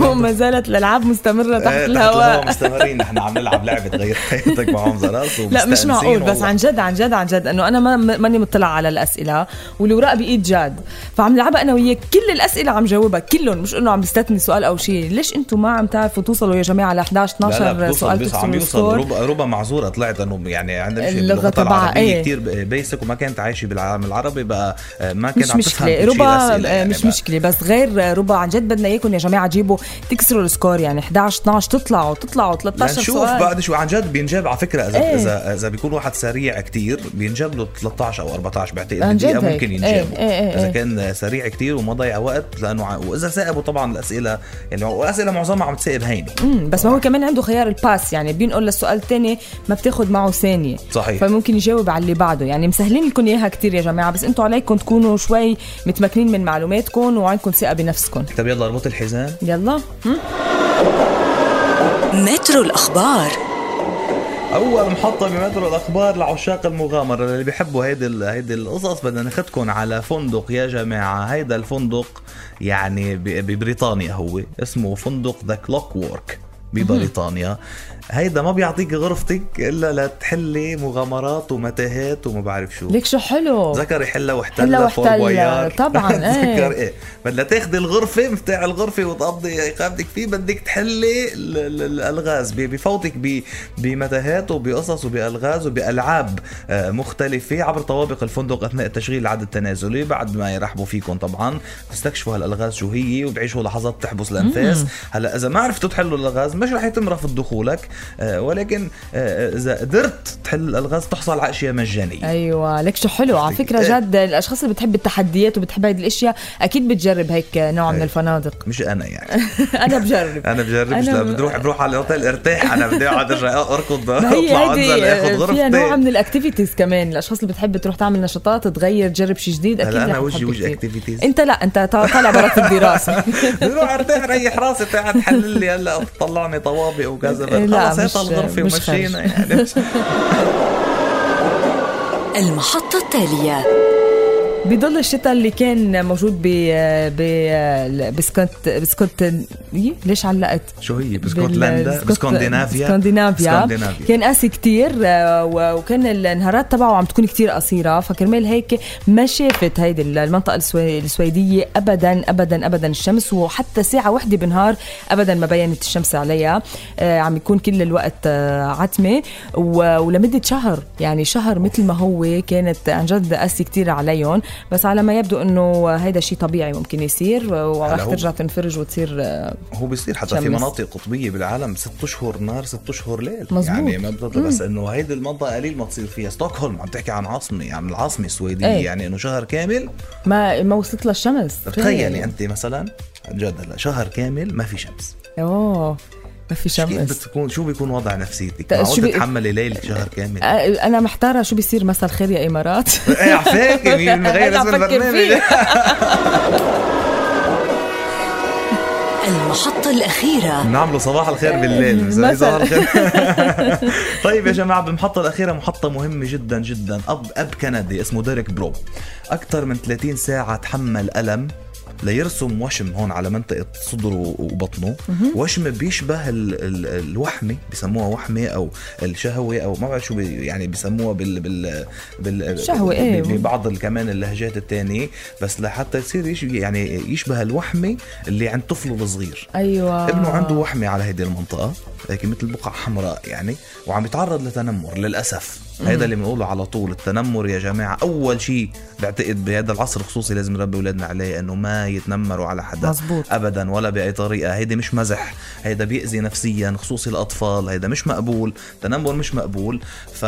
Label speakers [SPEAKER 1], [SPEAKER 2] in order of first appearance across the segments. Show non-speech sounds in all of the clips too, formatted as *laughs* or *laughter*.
[SPEAKER 1] وما زالت الالعاب مستمره تحت
[SPEAKER 2] إيه، تحت الهواء
[SPEAKER 1] *laughs* الهواء
[SPEAKER 2] مستمرين نحن عم نلعب لعبه غير حياتك مع حمزه راس
[SPEAKER 1] لا مش
[SPEAKER 2] ومستأنسين
[SPEAKER 1] معقول بس
[SPEAKER 2] والله.
[SPEAKER 1] عن جد عن جد عن جد انه انا ما ما- ماني مطلعه على الاسئله والوراق بايد جاد فعم لعبها انا وياك كل الاسئله عم جاوبها كلهم مش انه عم بستثني سؤال او شيء ليش انتم ما عم تعرفوا توصلوا يا جماعه ل 11
[SPEAKER 2] لا
[SPEAKER 1] 12
[SPEAKER 2] لا بيوصل
[SPEAKER 1] سؤال
[SPEAKER 2] بيوصل عم
[SPEAKER 1] تكسروا
[SPEAKER 2] يوصل
[SPEAKER 1] السكور؟
[SPEAKER 2] ربع ربع معذوره طلعت انه يعني عندنا شيء
[SPEAKER 1] اللغة
[SPEAKER 2] اللغه
[SPEAKER 1] تبعها،
[SPEAKER 2] العربيه
[SPEAKER 1] إيه.
[SPEAKER 2] كثير بيسك وما كانت عايشه بالعالم العربي بقى آه، ما كان
[SPEAKER 1] مش
[SPEAKER 2] عم تفهم
[SPEAKER 1] مشكلة
[SPEAKER 2] كل شيء
[SPEAKER 1] ربا
[SPEAKER 2] الأسئلة يعني
[SPEAKER 1] مش
[SPEAKER 2] بقى.
[SPEAKER 1] مشكلة بس غير ربا عن جد بدنا اياكم يا جماعة تجيبوا تكسروا السكور يعني 11 12 تطلعوا تطلعوا 13
[SPEAKER 2] لنشوف
[SPEAKER 1] سؤال
[SPEAKER 2] يعني بعد شو عن جد بينجاب على فكره اذا
[SPEAKER 1] إيه.
[SPEAKER 2] اذا اذا بيكون واحد سريع كتير بينجاب له 13 او 14 بعتقد
[SPEAKER 1] عن جد
[SPEAKER 2] دقيقه
[SPEAKER 1] هيك.
[SPEAKER 2] ممكن
[SPEAKER 1] إيه،
[SPEAKER 2] ينجاب
[SPEAKER 1] إيه، إيه،
[SPEAKER 2] اذا
[SPEAKER 1] إيه.
[SPEAKER 2] كان سريع كتير وما ضيع وقت لانه ع- واذا سائبوا طبعا الاسئله يعني الاسئله معظمها عم تسائب هينه
[SPEAKER 1] مم، بس ما هو كمان عنده خيار الباس يعني بينقل للسؤال الثاني ما بتاخد معه ثانية
[SPEAKER 2] صحيح.
[SPEAKER 1] فممكن يجاوب على اللي بعده يعني مسهلين لكم اياها كتير يا جماعة بس انتم عليكم تكونوا شوي متمكنين من معلوماتكم وعندكم ثقة بنفسكم
[SPEAKER 2] طب طيب يلا اربط الحزام
[SPEAKER 1] يلا هم؟
[SPEAKER 3] مترو الأخبار
[SPEAKER 2] اول محطه بمترو الاخبار لعشاق المغامره اللي بيحبوا هيدي ال- هيدي القصص بدنا ناخدكم على فندق يا جماعه هيدا الفندق يعني ب- ببريطانيا هو اسمه فندق ذا كلوك وورك ببريطانيا هيدا ما بيعطيك غرفتك الا لتحلي مغامرات ومتاهات وما بعرف شو
[SPEAKER 1] ليك شو حلو
[SPEAKER 2] ذكر يحلها
[SPEAKER 1] حلا
[SPEAKER 2] واحتلها
[SPEAKER 1] واحتلها،
[SPEAKER 2] فور بويار
[SPEAKER 1] طبعاً، إيه.
[SPEAKER 2] *laughs* ذكر ايه بدها تاخذي الغرفه مفتاح الغرفه وتقضي اقامتك فيه بدك تحلي ال- ال- الالغاز بي- بفوتك ب- بمتاهات وبقصص وبالغاز وبالعاب آه، مختلفه عبر طوابق الفندق اثناء التشغيل العد التنازلي بعد ما يرحبوا فيكم طبعا تستكشفوا هالالغاز شو هي وبعيشوا لحظات تحبس الانفاس هلا اذا ما عرفتوا تحلوا الالغاز مش رح يتم رفض دخولك آه، ولكن آه، اذا قدرت تحل الالغاز تحصل على اشياء مجانيه
[SPEAKER 1] ايوه لك شو حلو على
[SPEAKER 2] فيك.
[SPEAKER 1] فكره
[SPEAKER 2] إيه.
[SPEAKER 1] جد الاشخاص اللي بتحب التحديات وبتحب هيدي الاشياء اكيد بتجرب هيك نوع من
[SPEAKER 2] إيه.
[SPEAKER 1] الفنادق *laughs*
[SPEAKER 2] مش انا يعني
[SPEAKER 1] انا بجرب
[SPEAKER 2] انا بجربش
[SPEAKER 1] أنا
[SPEAKER 2] لا
[SPEAKER 1] م-
[SPEAKER 2] بروح بروح على الاوتيل ارتاح انا بدي أه، اقعد ارجع اركض *laughs*
[SPEAKER 1] ما هي
[SPEAKER 2] اطلع انزل اخذ
[SPEAKER 1] هيدي فيها نوع
[SPEAKER 2] *laughs* غرفتي
[SPEAKER 1] من الاكتيفيتيز كمان الاشخاص اللي بتحب تروح تعمل نشاطات تغير تجرب شيء جديد اكيد
[SPEAKER 2] هلا
[SPEAKER 1] رح
[SPEAKER 2] انا
[SPEAKER 1] تحب
[SPEAKER 2] وجهي وجه
[SPEAKER 1] كتير.
[SPEAKER 2] اكتيفيتيز
[SPEAKER 1] انت لا انت طا- طالع برات
[SPEAKER 2] *laughs*
[SPEAKER 1] الدراسه
[SPEAKER 2] بروح ارتاح ريح راسي قاعد تحلل لي هلا طلعني طوابق وكذا
[SPEAKER 1] إيه، لا،
[SPEAKER 2] خلص هات
[SPEAKER 1] مش-
[SPEAKER 2] الغرفه
[SPEAKER 1] مش
[SPEAKER 2] ومشينا
[SPEAKER 1] *laughs*
[SPEAKER 2] يعني
[SPEAKER 3] المحطة التالية
[SPEAKER 1] بضل الشتاء اللي كان موجود ب ب بسكوت بسكوت إيه؟ ليش علقت؟
[SPEAKER 2] شو هي
[SPEAKER 1] بال-
[SPEAKER 2] بسكوتلندا
[SPEAKER 1] بسكوت-
[SPEAKER 2] بسكندنافيا
[SPEAKER 1] بسكندنافيا
[SPEAKER 2] بسكندنافيا.
[SPEAKER 1] كان قاسي كتير آه، و- وكان النهارات تبعه عم تكون كتير قصيرة فكرمال هيك ما شافت هيدي المنطقة السوي- السويدية أبدا أبدا أبدا الشمس وحتى ساعة واحدة بالنهار أبدا ما بينت الشمس عليها آه، عم يكون كل الوقت آه، عتمة و- ولمدة شهر يعني شهر مثل ما هو كانت عن جد قاسي كتير عليهم بس على ما يبدو انه هيدا شيء طبيعي ممكن يصير
[SPEAKER 2] هلا
[SPEAKER 1] ورح
[SPEAKER 2] هو-
[SPEAKER 1] ترجع تنفرج وتصير آه،
[SPEAKER 2] هو بيصير حتى في
[SPEAKER 1] شمس.
[SPEAKER 2] مناطق قطبيه بالعالم ست اشهر نار ست اشهر ليل
[SPEAKER 1] مزبوط.
[SPEAKER 2] يعني ما بتطلع بس انه هيدي المنطقه قليل ما تصير فيها ستوكهولم عم تحكي عن عاصمه عن العاصمه السويديه
[SPEAKER 1] إيه.
[SPEAKER 2] يعني انه شهر كامل
[SPEAKER 1] ما ما وصلت لها الشمس
[SPEAKER 2] تخيلي
[SPEAKER 1] يعني.
[SPEAKER 2] انت مثلا عن جد هلا شهر كامل ما في شمس
[SPEAKER 1] اوه ما في
[SPEAKER 2] كيف
[SPEAKER 1] شمس
[SPEAKER 2] بتكون شو بيكون وضع نفسيتك
[SPEAKER 1] طيب، شو
[SPEAKER 2] معقول
[SPEAKER 1] بي-
[SPEAKER 2] تتحملي ليله شهر كامل
[SPEAKER 1] أ- انا محتاره شو بيصير مساء الخير يا امارات
[SPEAKER 2] ايه عفاك
[SPEAKER 1] *laughs*
[SPEAKER 2] مين مغير
[SPEAKER 1] أنا عم
[SPEAKER 2] اسم
[SPEAKER 1] فكر
[SPEAKER 2] البرنامج
[SPEAKER 1] فيه.
[SPEAKER 3] *laughs* المحطة الأخيرة
[SPEAKER 2] بنعمله صباح الخير
[SPEAKER 1] *laughs*
[SPEAKER 2] بالليل
[SPEAKER 1] مثلاً.
[SPEAKER 2] بنسميه صباح الخير
[SPEAKER 1] *laughs*
[SPEAKER 2] طيب يا جماعه بالمحطه الاخيره محطه مهمه جدا جدا اب اب كندي اسمه ديريك برو اكثر من 30 ساعه تحمل الم ليرسم وشم هون على منطقة صدره وبطنه وشم بيشبه ال ال الوحمة بسموها وحمة أو الشهوة أو ما بعرف شو بي يعني بسموها بال بال, بال
[SPEAKER 1] شهوة، إيه.
[SPEAKER 2] ب- ببعض ال- كمان اللهجات التانية بس لحتى يصير يش- يعني يشبه الوحمة اللي عند طفله الصغير
[SPEAKER 1] ايوه
[SPEAKER 2] ابنه عنده وحمة على هذه المنطقة هيك مثل بقع حمراء يعني وعم يتعرض لتنمر للأسف هذا اللي بنقوله على طول التنمر يا جماعة أول شيء بعتقد بهذا العصر خصوصي لازم نربي أولادنا عليه أنه ما يتنمروا على حدا
[SPEAKER 1] مزبوط.
[SPEAKER 2] أبدا ولا بأي طريقة هيدا مش مزح هيدا بيأذي نفسيا خصوصي الأطفال هيدا مش مقبول تنمر مش مقبول ف...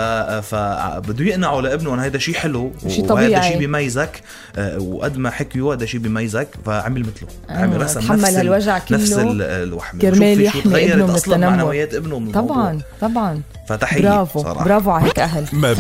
[SPEAKER 2] فبده يقنعوا لابنه أن هيدا شيء حلو
[SPEAKER 1] شيء
[SPEAKER 2] وهيدا
[SPEAKER 1] طبيعي.
[SPEAKER 2] شيء بيميزك آه، وقد ما حكيوا هذا شيء بيميزك فعمل مثله
[SPEAKER 1] أيوة،
[SPEAKER 2] عمل رسم
[SPEAKER 1] تحمل
[SPEAKER 2] نفس ال-
[SPEAKER 1] هالوجع كله.
[SPEAKER 2] نفس ال- الوحمه
[SPEAKER 1] كرمال
[SPEAKER 2] كرمال
[SPEAKER 1] يحمي
[SPEAKER 2] يحمي
[SPEAKER 1] ابنه
[SPEAKER 2] تغيرت
[SPEAKER 1] من
[SPEAKER 2] اصلا
[SPEAKER 1] التنمر.
[SPEAKER 2] معنويات ابنه من الموضوع.
[SPEAKER 1] طبعا طبعا
[SPEAKER 2] فتحيه
[SPEAKER 1] برافو
[SPEAKER 2] صراحة.
[SPEAKER 1] برافو على هيك اهل
[SPEAKER 4] ما